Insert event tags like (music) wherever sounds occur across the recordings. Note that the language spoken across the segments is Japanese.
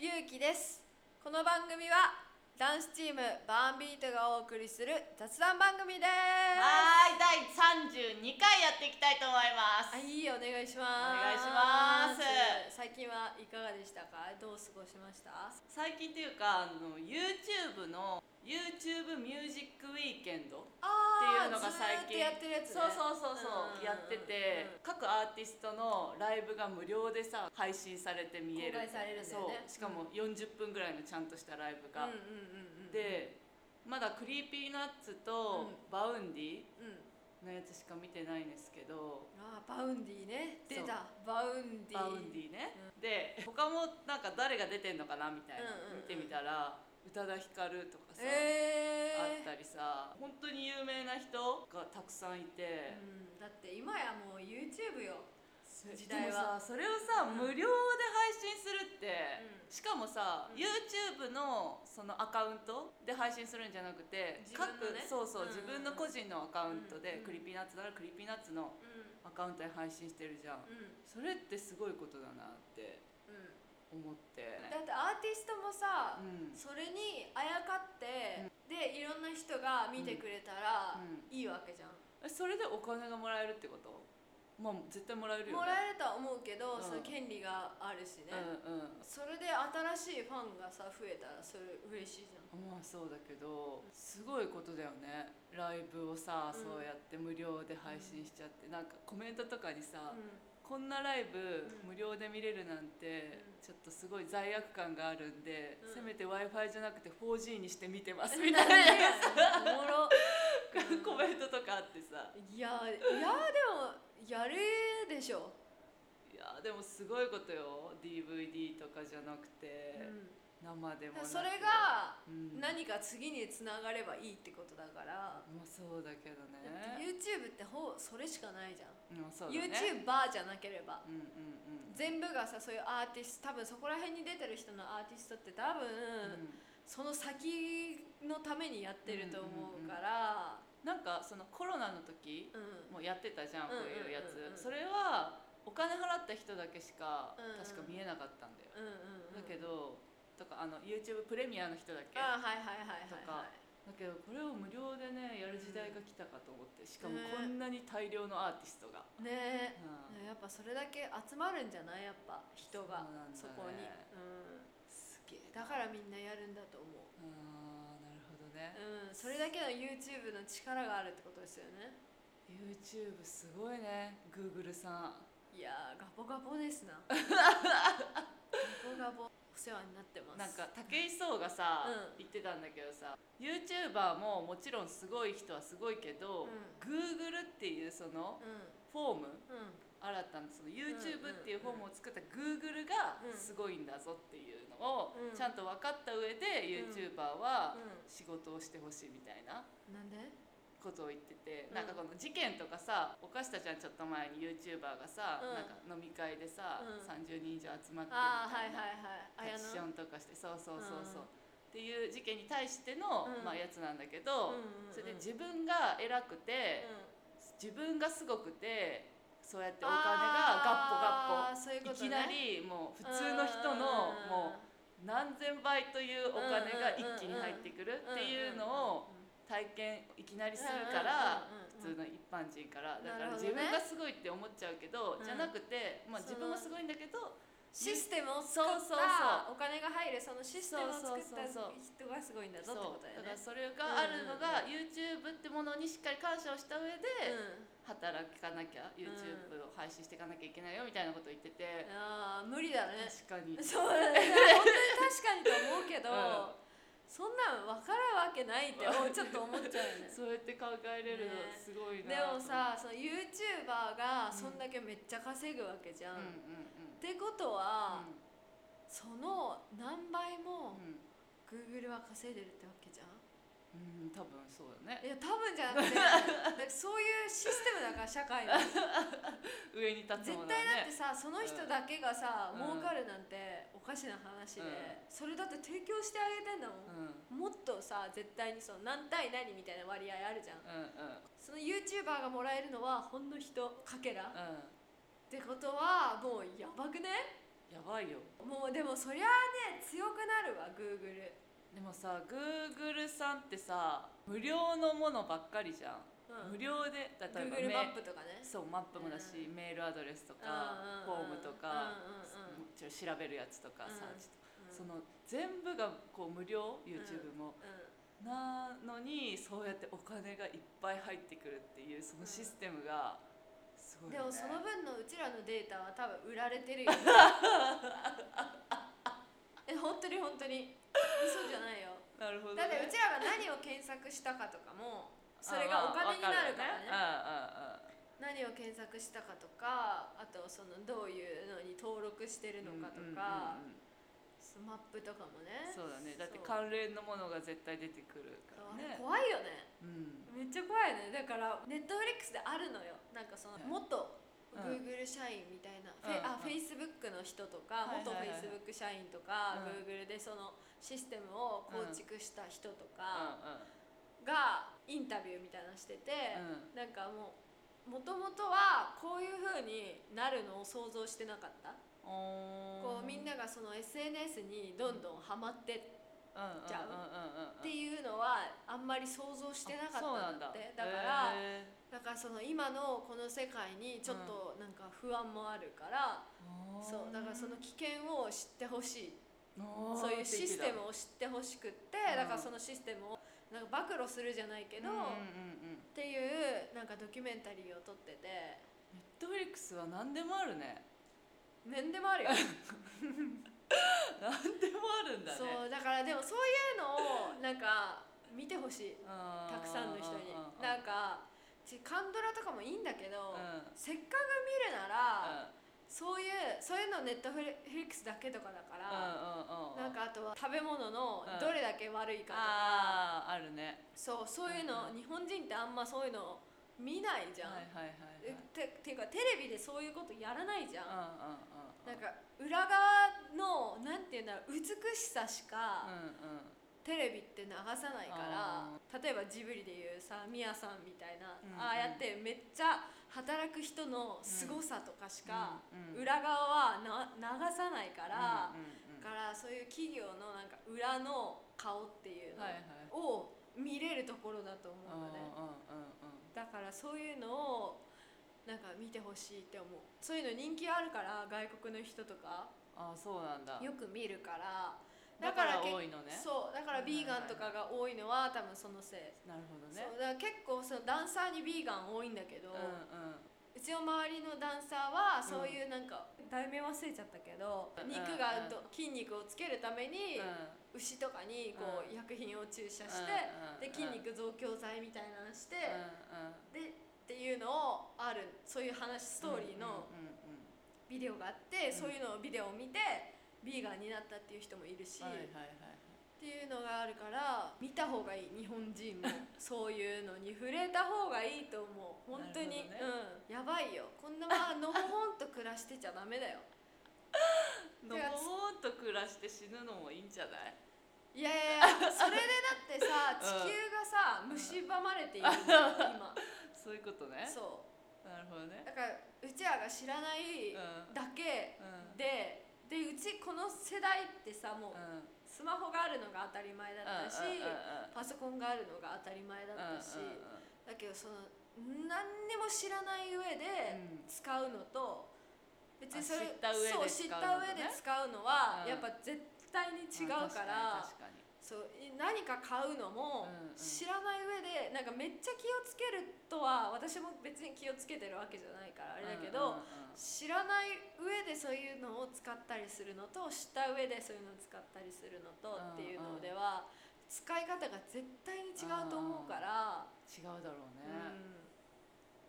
ゆうきですこの番組は男子チームバーンビートがお送りする雑談番組ですはーい、第三十二回やっていきたいと思います。あいいお願いしまお願いすします最近はいかがでしたかどう過ごしました最近っていうか、あの YouTube の YouTube ミュージックウィーケンドっていうあのが最近ずーっとやってるやつねそうそうそうそう、んやってて、各アーティストのライブが無料でさ配信されて見える公開されるんだよねそうしかも40分ぐらいのちゃんとしたライブうんうが、んうんうんでまだクリーピーナッツとうバウンディうんのやつしか見てないんですけど、あーバウンディね出そうたバウンディバウンディね、で他もなんか誰が出てんのかなみたいな、うん見うんうんてみたら宇多田ヒカルとかさ、あえーったりさ本当に有名な人がたくさんいて、うん、だって今やもう YouTube よそ時代でもはさそれをさ、うん無料で配信するって、うんしかもさ、うん YouTube のそのアカウントで配信するんじゃなくて自分のね各そうそう、うんうん自分うんの個人のアカウントうんで、うんクリピーナッツならクリピーナッツのうアカウントで配信してるじゃん、んうんそれってすごいことだなってうん思って。だってアーティストもさ、うんそれにあやかって、でいろんな人が見てくれたら、ういいわけじゃん、えそれでお金がもらえるってことまあ絶対もらえるよねもらえるとは思うけうど、んその権利があるしね、うんうんそれで新しいファンがさ増えたらそれ嬉しいじゃんまあそうだけどすごいことだよねライブをさ、うんそうやって無料で配信しちゃってなんかコメントとかにさ、うんこんなライブう無ん料で見れるなんて、ちょっとすごい罪悪感があるんで、うんせめて w i f i じゃなくて 4G にして見てますみみたたいいな (laughs) なおもろコメントとかあってさいやいやでもやるでしょ、いやでもすごいことよ DVD とかじゃなくて、うん生でもなくそれ、がうん何か次につながればいいってことだから、まあそうだけどだってね。 YouTube ってほぼそれしかないじゃんうんそうだね。 YouTuber じゃなければうんうん全部がさそういうアーティスト多分そこら辺に出てる人のアーティストって多分、うん。うんその先のためにやってると思うからなんかそのコロナの時うもうんやってたじゃんこうんうんうういんうんうやつ。それはお金払った人だけしかうんうん確か見えなかったんだよ。うんうんだけどとかあの YouTube プレミアの人だけ。だあはいはいはいはとかいはいけどこれを無料でねやる時代が来たかと思ってしかもねこんなに大量のアーティストが。ねうえ、んやっぱそれだけ集まるんじゃないやっぱ人がそうなんだねそこに、すげえうん、な。だからみんなやるんだと思うあーなるほどね。うん、それだけの YouTube の力があるってことですよね YouTube すごいね Google さん。いやーガボガボで (laughs) すなガボガボお世話になってますなんか武井壮がさ、うん言ってたんだけどさ YouTuber ももちろんすごい人はすごいけど、うん Google っていうそのうフォームんうん新たなその YouTube っていうフォームを作った Google うんがすごいんだぞっていうのをうんちゃんと分かった上でうん YouTuber はう仕事をしてほしいみたいなんなんでことを言ってて、うんなんかこの事件とかさお菓子たちゃんちょっと前に YouTuber がさ、うんなんか飲み会でさ、うん30人以上集まってみたいあなあはいはいはタッいあやチションとかしてそうそうそうそううっん、ていう事件に対しての、うんまあ、やつなんだけど、うんうんうんそれで自分が偉くて、う自分がすごくてそうやっておん金がガッポガッあポーそういういことねきなりもう普通の人のもう何千倍というお金が一気に入ってくるうんっていうのを体験いきなりするから普通の一般人からだからなるほど自ね分がすごいって思っちゃうけどうんじゃなくてまあそ自分のはすごいんだけどシステムを作そうそうったそお金が入るそのシステムを作ったそうそうそう人がすごいんだぞそっうてことだからだよねそれがあるのが YouTube ってものにしっかり感謝をした上でうん働かなきゃ YouTube を配信していかなきゃいけないよみたいなことを言っててあー無理だね確かにそうだね本当に確かにと思うけど、うんそんなん分からんわけないって思うちょっと思っちゃうよねそうやって考えれるのねすごいでなもさその YouTuber がそんだけめっちゃ稼ぐわけじゃ、うんんうんうんってことは、その何倍もうん Google は稼いでるってわけじゃんうんうん多分そうだねいや多分じゃな (laughs) くてだってそういうシステムだから社会の上に立つも絶のはね対だってさその人だけがさ、うん儲かるなんておかしな話で、うそれだって提供してあげてんだもんう、んうんもっとさ絶対にその何対何みたいな割合あるじゃんうんその YouTuber がもらえるのはほんの人かけらっうんてことはもうやばくねやばいよもうでもそりゃあね強くなるわ Google でもさ Google さんってさ無料のものばっかりじゃん、うん無料で例えばメ Google マップとかねそうマップもだし、うメールアドレスとうんか、うんうんフォームとか、うもんうんうんちろん調べるやつとか、うんサーチとか、うんその全部がこう無料 YouTube も、うなのにそうやってお金がいっぱい入ってくるっていうそのシステムがすごいんよ、でねもその分のうちらのデータは多分売られてる (laughs) よえ本当に本当に嘘じゃないよなるほど、ね、だってうちらが何を検索したかとかもそれがお金になるからねあ何を検索したかとかあとそのどういうのに登録してるまあわのかかとるねかうんうんうんうんそうマップとかもねそうだねだってそう関連のものが絶対出てくるかあられね怖いよねうんめっちゃ怖いねだからネットフリックスであるのよなんかそのはい元うん Google 社員みたいな、フうんェあうんフェイスブックの人とか、はいはい元フはいェイスブック社員とか、うん Google でそのシステムを構築した人とかうがインタビューみたいなのしてて、んうんうんなんかもうもともとはこういう風になるのを想像してなかった、ここうみんながその SNS にどんどんハマってっちゃううてういうのはあんまり想像してなかったんだってだから、だからその今のこの世界にちょっとなんか不安もあるから、そうだからその危険を知ってほしいそういうシステムを知ってほしくって、うんだからそのシステムをなんか暴露するじゃないけけど、うんうんうんうんっていうなんかドキュメンタリーを撮っててネットフリックスは何でもあるね (laughs) 何でもあるよ、何でもあるんだねそうだからでもそういうのをなんか見てほしいたたくさんの人にうんなんかちカンドラとかもいいんだけど、うんせっかく見るなら、そういうそういうのネットフリックスだけとかだから、うんうんうんうんなんかあとは食べ物のうんどれだけ悪いかとか、あああるねそうそういうの、う日本人ってあんまそういうの見ないじゃん、はいはいはいはいえてていうかテレビでそういうことやらないじゃん、うんうんうんうんなんか裏側のなんていうんだろう美しさしうかんうんテレビって流さないから、あ例えばジブリでいうさミヤさんみたいな、うんうんああやってめっちゃ働く人の凄さとかしか、うんうん裏側はな流さないから、うんうんうんだからそういう企業のなんか裏の顔っていうはいはいのを見れるところだと思うのね、うんうんうんうんだからそういうのをなんか見てほしいって思うそういうの人気あるから外国の人とかあーそうなんだよく見るからだからけ多いのねそうだからビーガンとかが多いのは多分そのせい、なるほどねそうだから結構そのダンサーにビーガン多いんだけど、うううんんちの周りのダンサーはそういうなんか、題名忘れちゃったけどうん肉がど筋肉をつけるために、うん牛とかにこうう、ん薬品を注射して、うんで筋肉増強剤みたいなのして、うんうんでっていうのをあるそういう話ストーリーのうんうんうんビデオがあっんて、そういうのをビデオを見てビーガンになったっていう人もいるし、はいはいっはいていうのがあるから見た方がいい日本人もそういうのに触れた方がいいと思 (laughs) う本当に、なるほうんやばいよこんなままのほほんと暮らしてちゃダメだよのほほんと暮らして死ぬのもいいんじゃないいやいやいやそれでだってさ (laughs) うん地球がさ、蝕まれているんだよ今 (laughs) そういうことねそなるほどうねだからうちらが知らないうんだけうんででうちこの世代ってさもううんスマホがあるのが当たり前だったうしんうんうんうんパソコンがあるのが当たり前だったしうんうんだけどその何にも知らない上でうん使うのと別にそれあ知った上でそう使知うのとねった上で使うのはうんやっぱ絶対に違うまあから確かにそうい何か買うのもうんうん知らない上でなんかめっちゃ気をつけるとは私も別に気をつけてるわけじゃないからあ確かれにだけうんどうんうん知らない上でそういうのを使ったりするのと知った上でそういうのを使ったりするのとっていうのでは使い方が絶対に違うと思うから、違うだろううねん、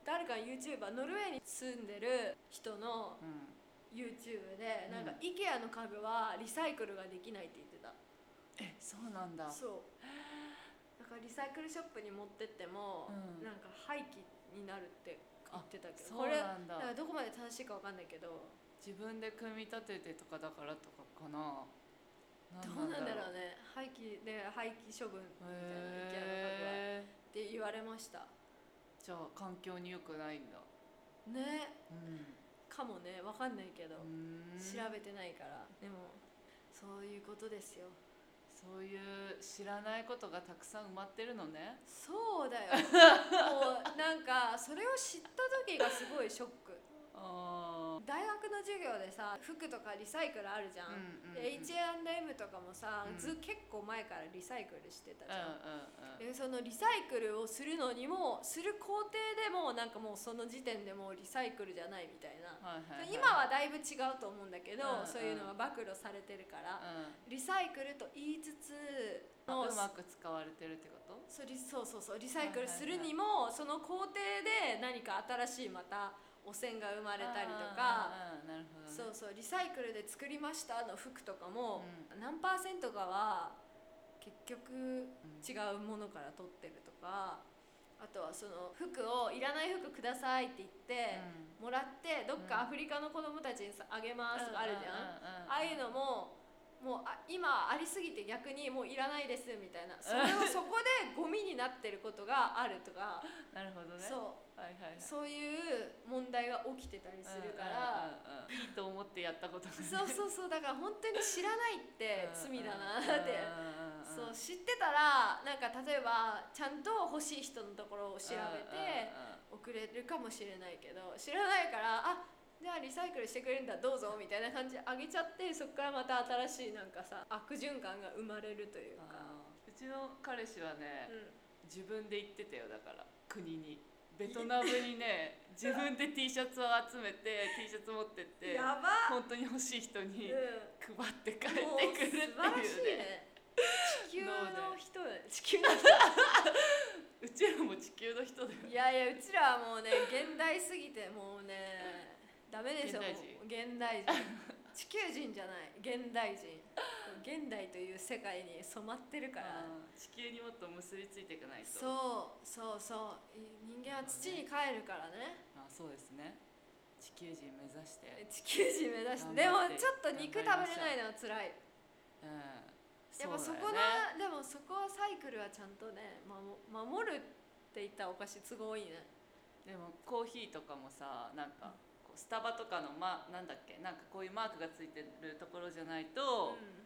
誰か YouTuber ノルウェーに住んでる人のうん、 YouTube でうんなんか IKEA の家具はリサイクルができないって言ってた、えそうなんだそうだからリサイクルショップに持ってっても、うんなんか廃棄になるって言ってたけどそこうれなんだだからどこまで正しいかわかんないけど自分で組み立ててとかだからとかかなどうなんだろううね廃棄で廃棄処分みたいな IKEA の家具はへえって言われましたじゃあ環境に良くないんだねうんかもねわかんないけど、うん調べてないからでもそういうことですよそういう知らないことがたくさん埋まってるのねそうだよ (laughs) もうなんかそれを知った時がすごいショックあ大学の授業でさ服とかリサイクルあるじゃあ、ん、うんうんうん、で H&M とかもさ、うんず結構前からリサイクルしてたじうんうんうゃん、んでそのリサイクルをするのにもする工程でもなんかもうその時点でもうリサイクルじゃないみたいな、はいはいはい、今はだいぶ違うと思うんだけうんうど、んそういうのが暴露されてるから、うんリサイクルと言いつつあもうまく使われてるってことそリそうそうそうリサイクルするにも、その工程で何か新しいまた汚染が生まれたりとか、あーあーあーなるほど、ね、そうそうリサイクルで作りましたの服とかも、う何パーセントかは結局うん違うものから取ってるとかあとはその服をいらない服くださいって言って、もらってどっかアフリカの子供たちにさあげますとかあるじゃん。ああいうのももうあ今ありすぎて逆にもういらないですみたいなそれをそこでゴミになってることがあるとかなるほどねそうはいはいはいそういう問題が起きてたりするからうんうんうんうんいいと思ってやったことがそうそうそうだから本当に知らないって罪だなってそう知ってたらなんか例えばちゃんと欲しい人のところを調べて送れるかもしれないけど知らないからあじゃあリサイクルしてくれるんだどうぞみたいな感じであげちゃってそこからまた新しいなんかさ悪循環が生まれるというか。うちの彼氏はね、う自分で行ってたよだから国にベトナムにね自分で T シャツを集めて T シャツ持ってっん、てやば、本当に欲しい人うん、にも配って帰ってうくるっていう素晴らねしいね地球の人だね (laughs) 地球のうちらも地球の人だよいやいやうちらはもうね現代すぎてもうねダメですよ現代人現代 (laughs) 人地球人じゃない現代人現代という世界に染まってるからうん地球にもっと結びついていかないとそうそうそうい人間は土に帰るからねあそうですね地球人目指して、地球人目指してでも頑張ってちょっと肉食べれないのは辛いうん、やっぱそこうのだよねでもそこはサイクルはちゃんとね守守るって言ったらおかしい都合いいねでもコーヒーとかもさなんかこうスタバとかの、ま、なんだっけなんかこういうマークがついてるところじゃないと、う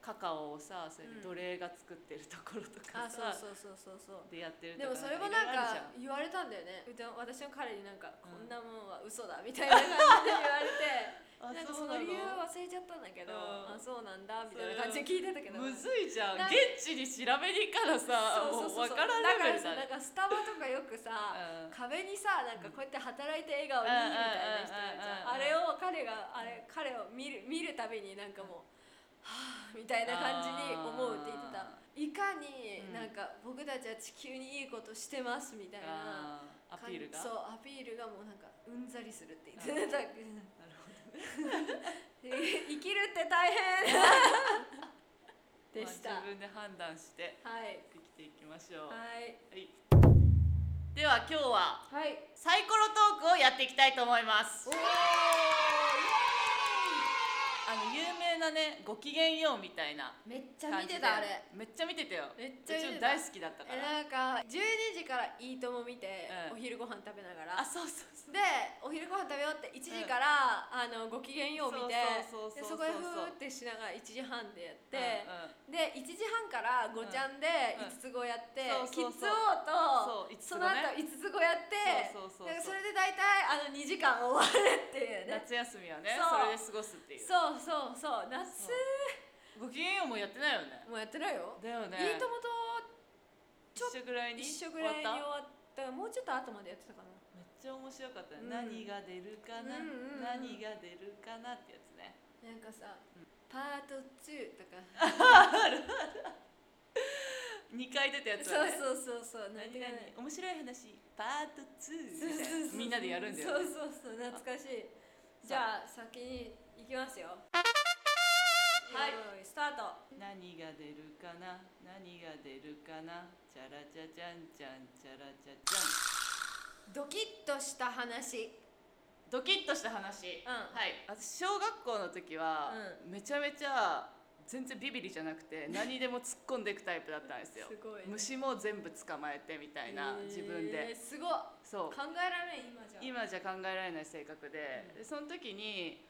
カカオをさそれうでん奴隷が作ってるところとん、かあそさ、うそうそうそうそうでやってるとでもかそれもいろいなんろあるじゃか言われたんだよねうちの私の彼になんかこんなもんは嘘だみたいな感じで言われてんなん (laughs) あかそそうなのの理由忘れちゃったんだけどうんあそうなんだみたいな感じで聞いてたけどむずいじゃんなんか現地に調べに行かなさそうそうそうもうそう分からんだかレベルらださなんねかスタバとかよくさうん壁にさなんかこうやって働いて笑顔にみたいな人いるじゃんあれを彼があれ彼を見る見るたびになんかもうはぁみたいな感じに思うって言ってたあいかにうんなんか僕たちは地球にいいことしてますみたいな。あーアピールがそうアピールがもうなんかうんざりするって言ってた (laughs) 生きるって大 (laughs) 変でした、まあ自分で判断してはい生きていきましょう、はいはいでは今日ははいサイコロトークをやっていきたいと思いますおーあの有名なねごきげんようみたいなめっちゃ感見じでてたあれめっちゃ見てたよめっちゃ見てうたちも大好きだったからえなんか12時から「いいとも」見て、うんお昼ご飯食べながあらそうそうそうでお昼ご飯食べようって1時から、あのごきげんよう見てそうそうでそうそうそこでふーってしながら1時半でやって、うで1時半から5ちゃんでうん5つ子やって、うんキッそうそうそうそうズ王と五つそ子ねの後5つ子やってそうそうそうそうなんかそれで大体あの2時間終わるっていうんね夏休みはねそそうれで過ごすっていうそうそうそう夏ごきげんようもやってないよねもうやってないよ、だよねいいともとち一緒ょぐらいに一緒ぐらいに終終わったわったもうちょっと後までやってたかなめっちゃ面白かったね、うん何が出るかな、うんうんうん何が出るかなってやつねなんかさ、うんパート2とか、 2回出たやつそはうねそうそうそう何て々ね面白い話パート2みたいなみんなでやるんだよね、そうそうそう懐かしいじゃあ先に行きますよはいスタート何が出るかな何が出るかなチャラチャチャンチャンチャラチャチャンドキッとした話ドキッとした話、うんはい私小学校の時は、めちゃめちゃ全然ビビりじゃなくて (laughs) 何にでも突っ込んでいくタイプだったんですよすごいね虫も全部捕まえてみたいなへー自分ですごい考そうえられん今じゃ今じゃ考えられない性格で,、うんでその時に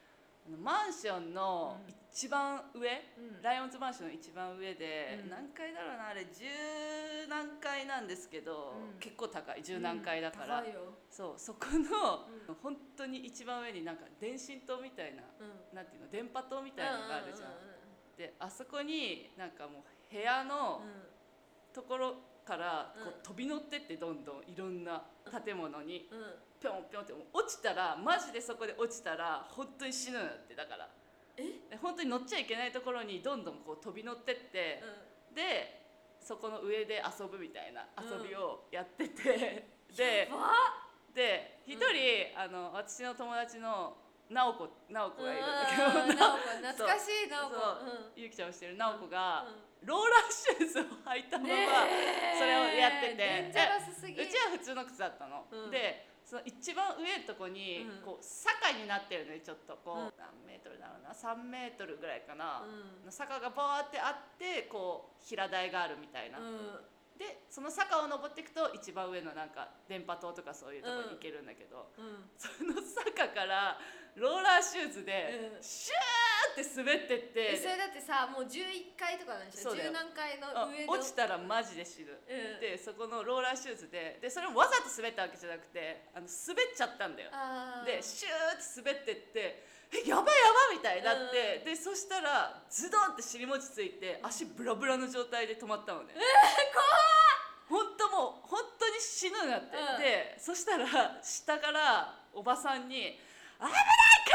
あのマンションのうん一番上、うんライオンズマンションの一番上で、うん何階だろうなあれ10何階なんですけど、うん結構高い10何階だから、うん高いよそうそこの、う本当に一番上になんか電信塔みたいなうんなんていうの電波塔みたいなのがあるじゃん。うであそこになんかもう部屋のんうんうんところからこうんう飛び乗ってってどんどんいろんな建物にうんうんぴょんぴょんってもう落ちたらマジでそこで落ちたら本当に死ぬんだってだからえで本当に乗っちゃいけないところにどんどんこう飛び乗ってって、でそこの上で遊ぶみたいな遊びをやってて、でやばっで (laughs) 一人、あの私の友達の直子直子がいるんだけど、うんうんうんなおこ懐かしいなおこそうう (laughs) ゆきちゃんをしてる直子が、んローラーシューズを履いたまま、それをやっててデンジャラスすぎうちは普通の靴だったの、うんでその一番上のとこにうんこう坂になってるのにちょっとこう、うん何メートルだろうな3メートルぐらいかな、うの坂がバーってあってこう平台があるみたいな、んうんでその坂を登っていくと一番上のなんか電波塔とかそういうとこに行けるんだけど、うんその坂からローラーシューズでうんシューって滑ってって、えそれだってさもう11階とかなんでしそょうだよ10何階のあ上の落ちたらマジで死ぬ。うんでそこのローラーシューズででそれもわざと滑ったわけじゃなくてあの滑っちゃったんだよあーでシューッて滑ってって「えやばいやばい」みたいになって、でそしたらズドンって尻餅ついて足ブラブラの状態で止まったのねえ怖っ本当もう本当に死ぬなって、うんでそしたら下からおばさんに「危ないからやめなさ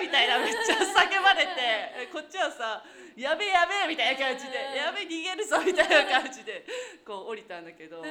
い!」みたいなめっちゃ叫ばれ (laughs) てえこっちはさ「やべえやべえ」みたいな感じでう「んやべえ逃げるぞ」みたいな感じでこう降りたんだけど。う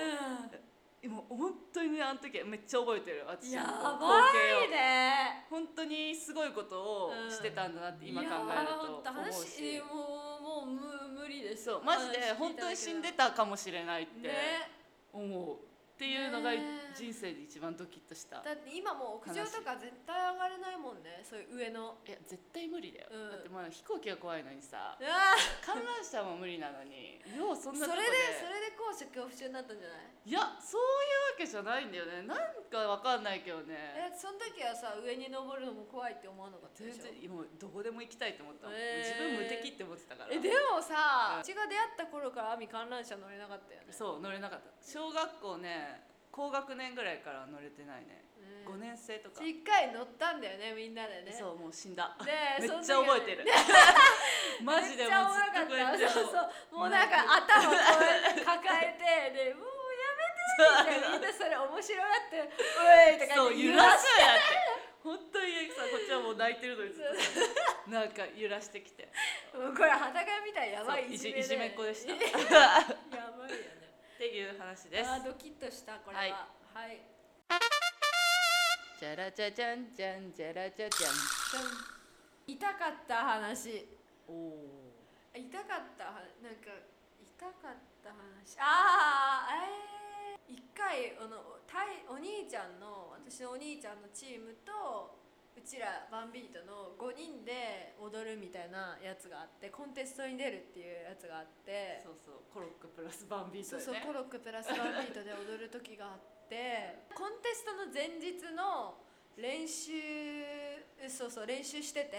もう本当にねあの時めっちゃ覚えてるん私やのばいをね本当にすごいことをしてたんだなって今考えるといやーほんと思う話しえーもうもう無無理ですそうマジで本当に死んでたかもしれないってね思うっていうのがね人生で一番ドキッとしただって今もう屋上とか絶対上がれないもんねそういう上のいや絶対無理だようんだってまあ飛行機が怖いのにさうわー観覧車も無理なのにようそそんれなでとそこれでで高所恐怖症になったんじゃないいやそういうわけじゃないんだよねなんかわかんないけどねえその時はさ上に登るのも怖いって思わなかった全でしょ然もうどこでも行きたいと思ったもんえ自ー分無敵って思ってたからえでもさ、うんうちが出会った頃から亜美観覧車乗れなかったよねそう乗れなかった小学校ね高学年ぐらいからは乗れてないね、ね5年生とか、一回乗ったんだよねみんなでねそうもう死んだでめっちゃその時は覚え (laughs) てる、マジでもうずっとこうやっめてっちゃおもろかったそうそうもうなんか頭をこう抱えてでもうやめてってみんなそれ面白がって「おい!」とかそう言って揺らすやって本当にさこっちはもう泣いてるのにずっ (laughs) そうとなんか揺らしてきてもうこれ裸みたいなやばそういいいじじいめじだよめねっ子で (laughs) したっやばいよねていう話ですあードキッとしたこれはははいい、じゃらじゃじゃんじゃんじゃらじゃじゃんじゃん痛かった話おお痛かったはなんか痛かった話ああえー、一回あのたいお兄ちゃんの私のお兄ちゃんのチームとうちらバンビートの5人で踊るみたいなやつがあってコンテストに出るっていうやつがあってそうそうコロックプラスバンビートそうでねそうコロックプラスワンビートで踊る時があってコンテストの前日の練習そうそう練習してて、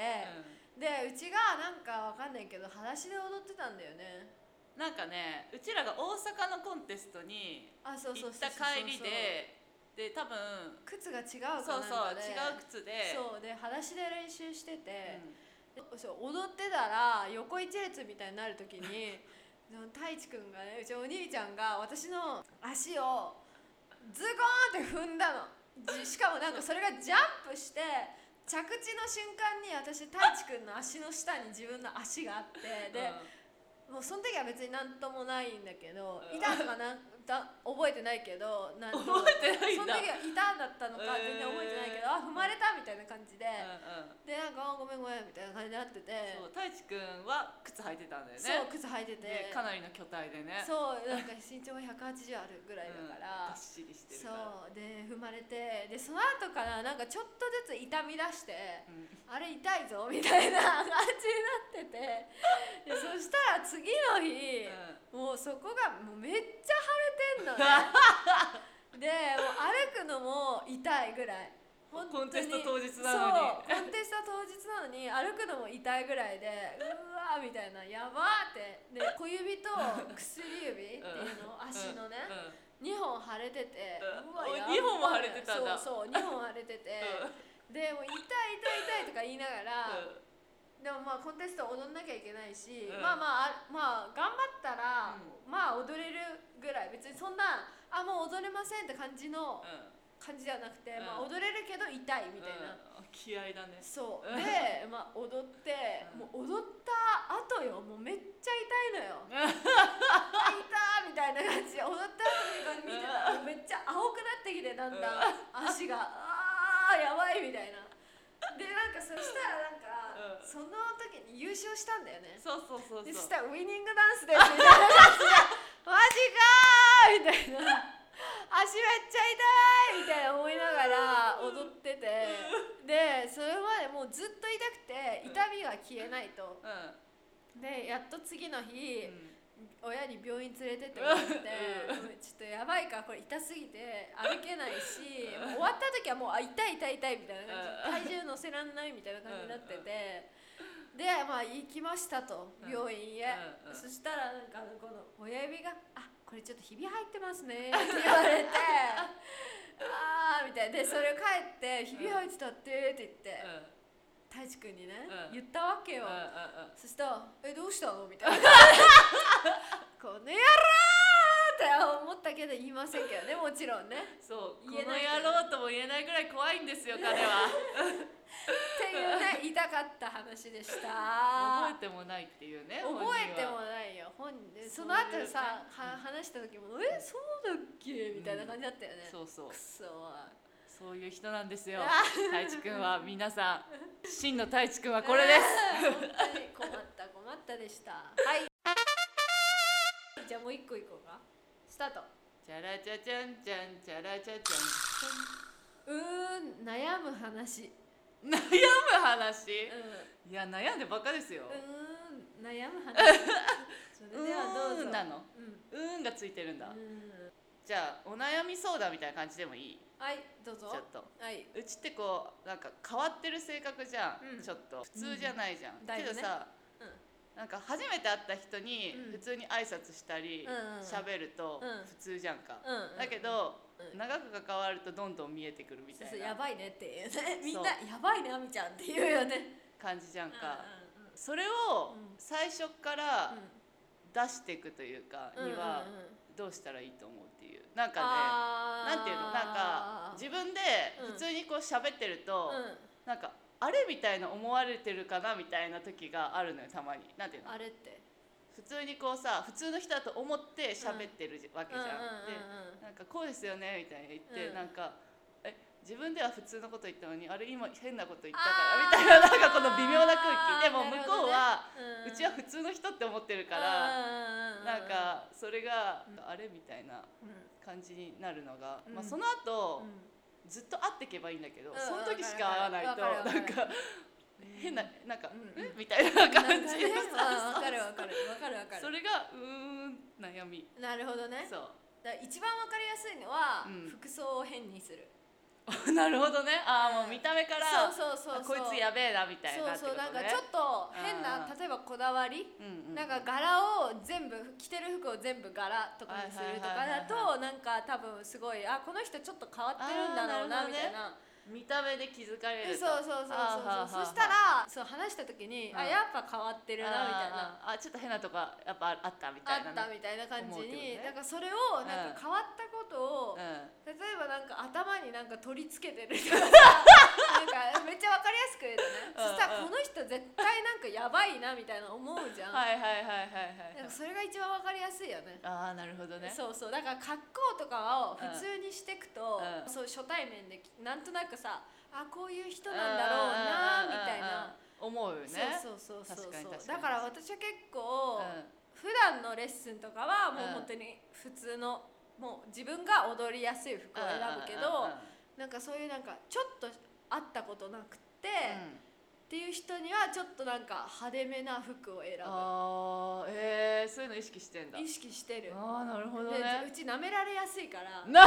でうちがなんかわかんないけど裸足で踊ってたんだよねうんなんかねうちらが大阪のコンテストにあそう行そうそうった帰りでで多分靴が違うかそうそなんかうで違う靴でそうで裸足で練習してて、うでそう踊ってたら横一列みたいになる時 (laughs) にあの太一くんがねうちお兄ちゃんが私の足をズゴーンって踏んだのじしかもなんかそれがジャンプして着地の瞬間に私太一くんの足の下に自分の足があってんで、うんもうその時は別になんともないんだけどうん痛いとかなんた覚えてないけどなんと覚えてないんそのだ時はいたんだったのかへー全然覚えてないけど、あ踏まれたみたいな感じで、うんうんでなんかあごめんごめんみたいな感じになっててそう太一くんは靴履いてたんだよねそう,、靴履いてでてかなりの巨体でねそうなんか身長が180あるぐらいだかうんが (laughs) ら、っしりしてるそからうで踏まれてでその後からなんかちょっとずつ痛み出してうんあれ痛いぞみたいな (laughs) 感じになっててでそしたら次の日、うんもうそこがもうめっちゃ腫れてんのねでもう歩くのも痛いぐらいコ本ン当テスにト当日なのにそうコンテスト当日なのに歩くのも痛いぐらいでうわーみたいなやばーってで小指 (laughs) と薬指っていうの足のね、2本腫れてて、うんうわおやばい二本も腫れてたんだそうそう2本腫れてて、でもう痛い痛い痛いとか言いながら、でもまあコンテスト踊んなきゃいけないし、うんまあまああまあ頑張ったら、うまあ踊れるぐらい別にそんなあもう踊れませんって感じの感じではなくて、うんまあ踊れるけど痛いみたいな、な気合いだねそううんで、まあ、踊って、うんもう踊った後よもうめっちゃ痛いのよあ痛いみたいな感じで踊った後に見てたらめっちゃ青くなってきてだんだん足があーやばいみたいなでなんかそしたらなんか、うんその時に優勝したんだよねそうそうそうでそしそうたらウイニングダンスですみたいな感じでマジかーみたいな足めっちゃ痛いみたいな思いながら踊っててでそれまでもうずっと痛くて痛みが消えないとうんでやっと次の日うん親に病院連れてってもらってもうちょっとやばいからこれ痛すぎて歩けないしもう終わった時はもうあ痛い痛い痛いみたいな感じ体重乗せらんないみたいな感じになっててでまあ行きましたとうん病院へ。うんうんそしたらなんかあのこの親指が「あこれちょっとひび入ってますね」って言 (laughs) われて「ああ」みたいなでそれを帰って「ひび入ってたって」って言ってうん太一くんにねうん言ったわけうんようんうんそしたら「えどうしたの?」みた (laughs) いな「この野郎!」って思ったけど言いませんけどねもちろんね。そうこの言えないけ野ど郎とも言えないぐらい怖いんですよ彼 (laughs) はっていうね痛かった話でした。覚えてもないっていうね覚えても本ないよ本人でそそうの後いうさねは話した時も「えそうだっけ?」みたいな感じだったよね、人はそうそうくそそういう人なんですよあ太一くんは皆さん (laughs) 真の太一くんはこれです本当に困った困ったでしたはいじゃあもう一個いこうかスタートチャラチャチャンチャンチャラチャチうーん悩む話ャン悩む話うんいや悩んでばっかですようーん悩む話それではどうぞうーんなのうんうーんがついてるんうだんじゃあお悩み相談みたいな感じでもいいはいどうちょぞっとはいうちってこうなんか変わってる性格じゃん、うんちょっと普通じゃないじゃん、うんだけいぶどねさ、うんなんか初めて会った人にうん普通に挨拶したりうんうん喋、るとうん普通じゃんか、うんだけど、うん長く関わるとどんどん見えてくるみそたうそういやなばいねっていうねみんなそやばいねあみちゃんって言うよね感じじゃんか、うんうんうんそれをうん最初から出していくというかにはうんうんうんどうしたらいいと思うっていうなんかねあーなんていうのなんか自分でうん普通にこう喋ってると、う、なんかあれみたいな思われてるかなみたいな時があるのよたまになんていうんのあれって普通にこうさ普通の人だと思って喋ってるじわけじゃん、でなんかこうですよねみたいな言って、うんなんかえ自分では普通のこと言ったのにあれ今変なこと言ったあーからみたいななんかこの微妙な空気でもなる向ほどねこうは、うんうんうちは普通の人って思ってるから、うんうんうんなんかそれが、あれみたいなうん感じになるのが、うんまあ、その後、うんずっと会ってけばいいんだけど、うんその時しか会わないとわかるわかなんるか変ななんか、うんえみたいななんか感ねじであーわかるわかるわかるわかそるれがうーん悩みなるほどねそうだから一番わかりやすいのはうん服装を変にする (laughs) なるほどねああもううん見た目からそうそうそうそあうこいつやべえなみたいなってそうこそとねうなんかちょっと変なうん例えばこだわりうんうんなんか柄を全部着てる服を全部柄とかにするとかはだとなんか多分すごいあこの人ちょっと変わってるんだろうなあーなるほどみねたいな見た目で気づかれるとそうそうそうあーはーはーそうはーそしたらそう話した時に、うあんやっぱ変わってるなみたいなあーあーちょっと変なとこやっぱあったみたいあなったみたいな感思うっじてことに、ねなんかそれをなんか変わったことを、うん例えばなんか頭になんか取り付けてる (laughs) とかさなんかめっちゃわかりやすく言うとねうんうんそしたらこの人絶対なんかやばいなみたいな思うじゃん、はいはいはいはいはいなんかそれが一番わかりやすいよねああなるほどねそうそうだから格好とかを普通にしてくと、うんうんそう初対面できなんとなくさあこういう人なんだろうなみたいな、うんうんうんうん思うよねそうそうそうそ確うかに確かにだから私は結構、普段のレッスンとかはもう本当に普通の、もう自分が踊りやすい服を選ぶけど、なんかそういうなんかちょっと会ったことなくて、っていう人にはちょっとなんか派手めな服を選ぶああーえー、そういうの意識してんだ意識してるああなるほどでうねち舐められやすいから本な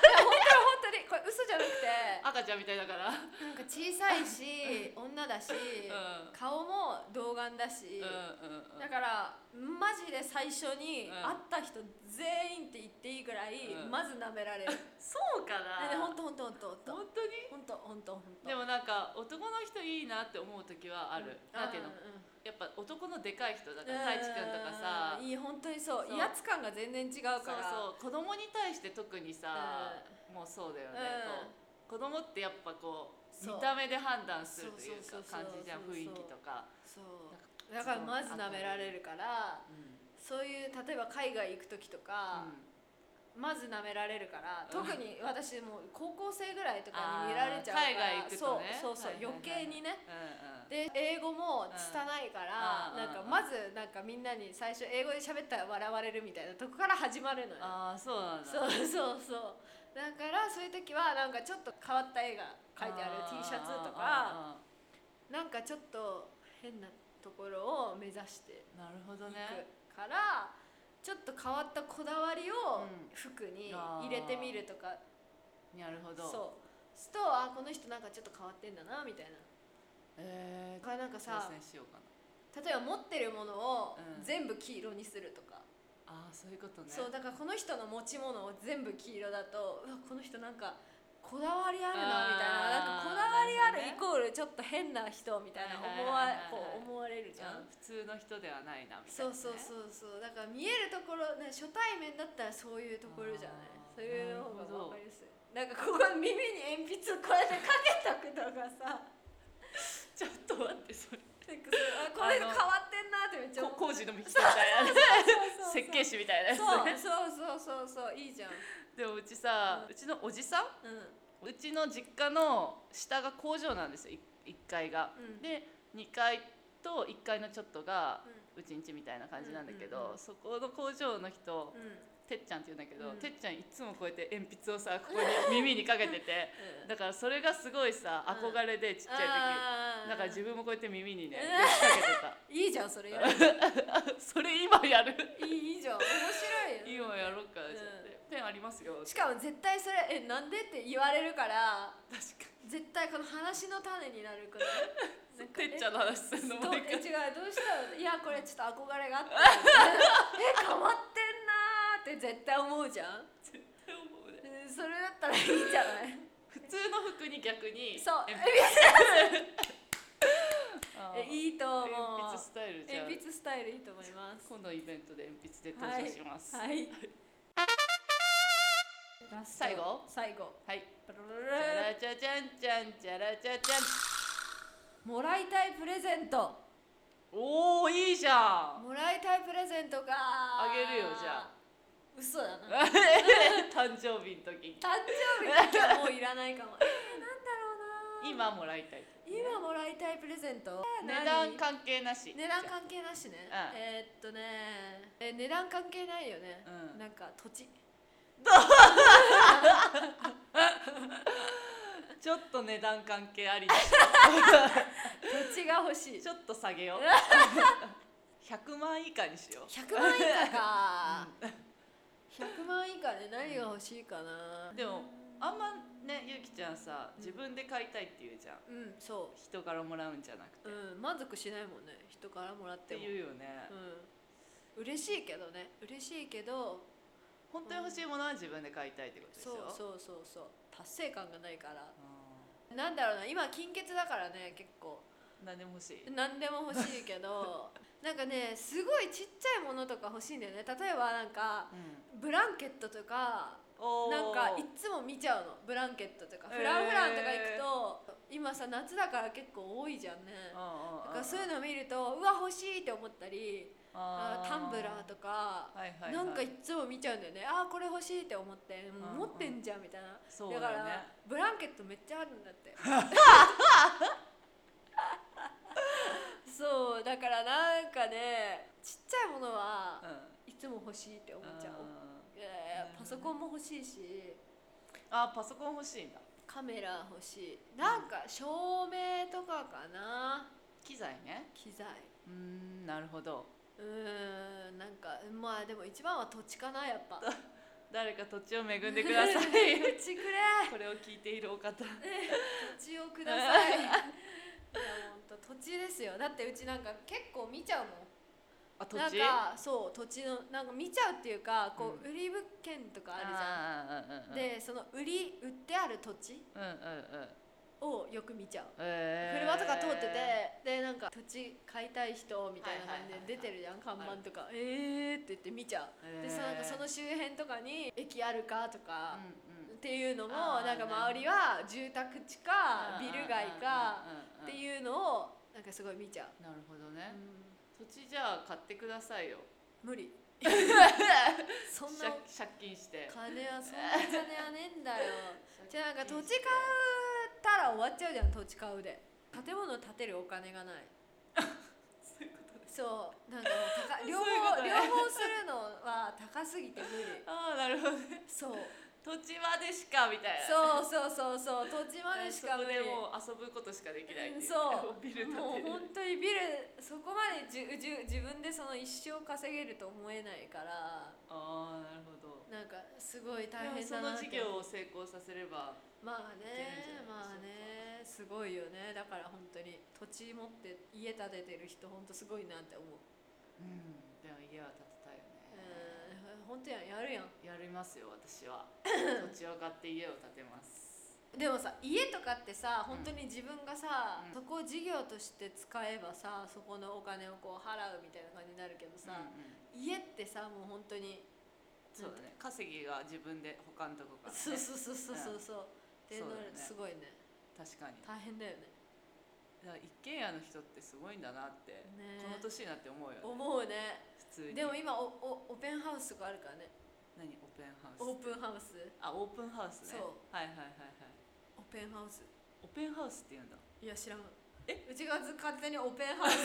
当にこれ嘘じゃなく赤てちゃんみたいだからうなんか小さいし女だし、ん顔も童顔だし、うんうんうんだからマジで最初にうん会った人全員って言っていいぐらい、うんまず舐められる、そうかでな本当本当本当本当に本当本当本当でもなんか男の人いいなって思う時はある、なんていうのやっぱ男のでかい人だから太一くんとかさいい本当にそうそう威圧感が全然違うそかうらそう子供に対して特にさ、もうそうだよね、こう子供ってやっぱこう見そうた目で判断するというそうかそうそうそう感じじゃんそうそう雰囲気とか、そうだからまず舐められるからうんそういう例えば海外行く時とか、まず舐められるかうんら特に私もう高校生ぐらいとかに見られちゃうからあー海外行くとねそうそうそはういはいはい余計にねうんうんで英語も拙いから、うんなんかうんまずなんかみんなに最初英語で喋ったら笑われるみたいなとこから始まるのよああそうなんだそうそうそうだからそういう時はなんかちょっと変わった絵が書いてある T シャツとあかなんかちょっと変なところを目指してーあーあーなるほいどくねからちょっと変わったこだわりをうん服にあー入れてみるとか、なるほどそうするとあこの人なんかちょっと変わってんだなみたいな。えだからなんかー、挑さ戦しようかな例えば持ってるものをうん全部黄色にするとか、ああそういうことねそうだからこの人の持ち物を全部黄色だとうわこの人なんかこだわりあるなみたいあーななんかこだわりあなるるイほコールちょっと変な人みたいなはい思はいはいはいわこう思われるじゃうんん。普通の人ではないなみたいな、そうね、そうそうそうだから見えるところね初対面だったらそういうところじゃないあーそういうな方るほどが分かりやすいなんかここ耳に鉛筆をこうやってかけとくのがさなんかちょっと待ってそれそうあこれ変わってんなってめっちゃこ工思う事のミキサーみたいなねそうそう設計士みたいなやつねそうそうそうそうそういいじゃんでもうちさ、ううちのおじさんうんうちの実家の下が工場なんですよ1階が、うんで2階と1階のちょっとがううんちんちみたいな感じなんだけど、うんうんうんそこの工場の人、うんてっちゃんって言うんだけど、うんてっちゃんいつもこうやって鉛筆をさここに耳にかけててだからそれがすごいさうん憧れでちっちゃい時、だから自分分もこうやって耳にねうん鉛筆かいいじゃんそ (laughs) れやるけてたそれ今やるいいいいじゃん面白いよ今やろうかじゃあってペンありますよしかも絶対それえなんでって言われるから確か絶対この話の種になるから (laughs) なんかにてっちゃんの話するのどもうう一え回違うどうしたのいやこれちょっと憧れがあって (laughs) え変わってんなーって絶対思うじゃん絶対思うねうんそれだったらいいんじ (laughs) ゃない普通の服に逆にそう鉛え筆いいと思う鉛筆スタイルじゃん鉛筆スタイルいいと思います今度イベントで鉛筆で登場しますはい最後最後はいブルルじゃルらじゃじゃんじゃんじゃらじゃじゃんもらいたいプレゼントおおいいじゃん (laughs) もらいたいプレゼントかああげるよじゃあ嘘だな誕生日の時に誕生日の時はもういら (laughs) ないかもえー、なんだろうな今もらいたい今もらいたいプレゼント値段何関係なし値段関係なしうね、んえー、っとねえ値段関係ないよね、うんなんか土地ちょっと値段関係ありだし土地が欲しいちょっと下 (laughs) げよう100万以下にしよう100万以下か、100万以下で何が欲しいかなでもあんまねゆうきちゃんさ自分で買いたいって言うじゃんうんそ人からもらうんじゃなくてう、うん、満足しないもんね人からもらっってても言うよね、うん、嬉しいけどね嬉しいけど本当に欲しいものは自分で買いたいってことでしそょうそうそうそう達成感がないからうんなんだろうな今金欠だからね結構何でも欲しい何でも欲しいけ (laughs) どなんかねすごいちっちゃいものとか欲しいんだよね例えばなんかブランケットとかおーなんかいっつも見ちゃうのブランケットとかえーフランフランとか行くと、今さ夏だから結構多いじゃんねうんだんんからそういうの見るとうわ欲しいって思ったりああーータンブラーとか、はいはいはいなんかいっつも見ちゃうんだよねああこれ欲しいって思ってんもう持ってんじゃんみたいな、そうだだかよらねブランケットめっちゃあるんだってそうだからなんかねちっちゃいものはうんいつも欲しいって思っちゃう、うんえーパソコンも欲しいしあパソコン欲しいんだカメラ欲しいなんか照明とかかな機材ね機材うーんなるほどうーんなんかまあでも一番は土地かなや (laughs) っぱ誰か土地を恵んでく (laughs) ださい土地くれ (laughs) これを聞いてい (laughs) るお方土地をください (laughs) いやほんと土地ですよだってうちなんか結構見ちゃうもんあ土なん地かそう土地のなんか見ちゃうっていうかこう、う売り物件とかあるあるじじゃんでその売り売ってある土地うんうんうんをよく見ちゃうえー車とか通っててでなんか土地買いたい人みたいな感じで出てるじゃん看板とか「えー」って言って見ちゃう、えーでそのなんかその周辺とかに駅あるかとか、うんうんっていうのもあーなんか周りは住宅地かビル街かうんうんうんうんっていうのをなんかすごい見ちゃう、なるほどね土地じゃあ買ってくださいよ無理 (laughs) そんな借借金して金はそんな金はねえんだよ借金じゃあなんか土地買してったら終わっちゃうじゃん土地買うで建物建てるお金がない (laughs) そういうことそうなんかもう (laughs) 高両方そういうことね両方するのは高すぎて無理ああなるほどねそう土地までしかみたいなそうそうそうそう土地まえでーしそかこ無で理もう遊ぶことしかできないっていそうビル建てるもう本当にビルそこまでじゅじゅ自分でその一生稼げると思えないからああなるほどなんかすごい大でも変そだなのって事業を成功させればまあいけるんねじゃないまあねすごいよねだから本当に土地持って家建ててる人本当すごいなって思ううんでも家は建てたいよねうん本当やんやるやんやりますよ私 (laughs) は土地を買って家を建てますでもさ家とかってさ本当に自分がさ、うんそこを事業として使えばさそこのお金をこう払うみたいな感じになるけどうんさ、うん家ってさもう本当にそうだね稼ぎが自分で他のとこから、ね、そうそうそうそうそうそう。っていうのそうだよねすごいね。確かにだか大変だよね。ら一軒家の人ってすごいんだなって、ねこの年になって思うよね思うね。普通にでも今おおオペンハウスとかあるからね。何オープンハオーウスプンハウス。あオープンハウスねそうはいはいはいはいオペンハウス。オープンハウスって言うんだいや知らん。えうちがず勝手にオペンハウス。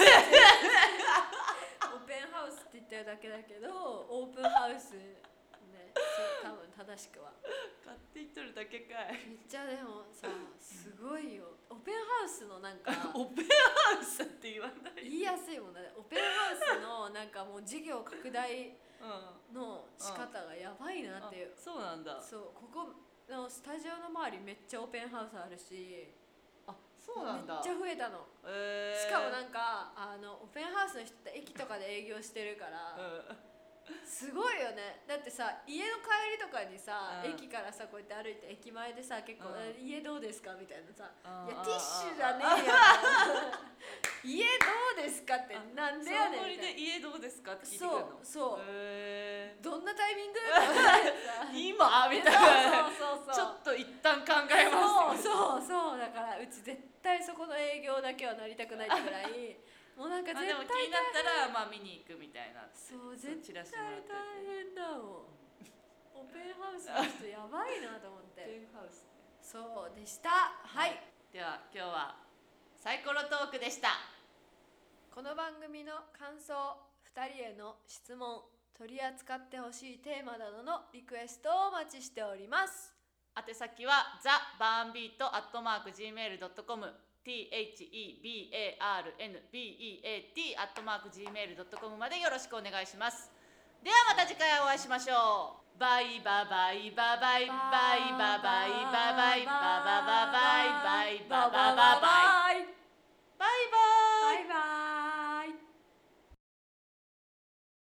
オペンハウスって言ってるだけだけど、オープンハウスね。そう多分正しくは。買っていっとるだけかいめっちゃでもさすごいよ。オペンハウスのな (laughs) んか。オープンハウスって言わない言いやすいもんだねオペンハウスのなんかもう事業拡大うんの仕方がやばいなあっていう、そうなんだそうここのスタジオの周りめっちゃオペンハウスあるしあそうなんだめっちゃ増えたの、えー、しかもなんかあのオペンハウスの人って駅とかで営業してるから、すごいよねだってさ家の帰りとかにさ、うん駅からさこうやって歩いて駅前でさ結構、うん家どうですかみたいなさ、うんいやうんティッシュじゃねえよ (laughs) 家どうですかってなんでやそのノねリんみたいなで家どうですかって聞いてくるのそうそうへーどんなタイミ (laughs) ングみ今みたいなそう (laughs) そうそうそうちょっと一旦考えますそうそうそうだからうち絶対そこの営業だけはなりたくないってぐらいもうなんか (laughs) あ絶で対も気になったらまあ見に行くみたいなそうそう絶チラシも対らっ大てて変だもんオペンハウスの人やばいなと思っオーてプンハウスねそうでしたはい、では今日はサイコロトークでしたこの番組の感想2人への質問取り扱ってほしいテーマなどのリクエストをお待ちしております宛先はザ・バーンビートアットマーク Gmail.com thebarnbeat アットマーク Gmail.com までよろしくお願いしますではまた次回お会いしましょうバイババイババイバイババイババイババババイバイババババイバイバイ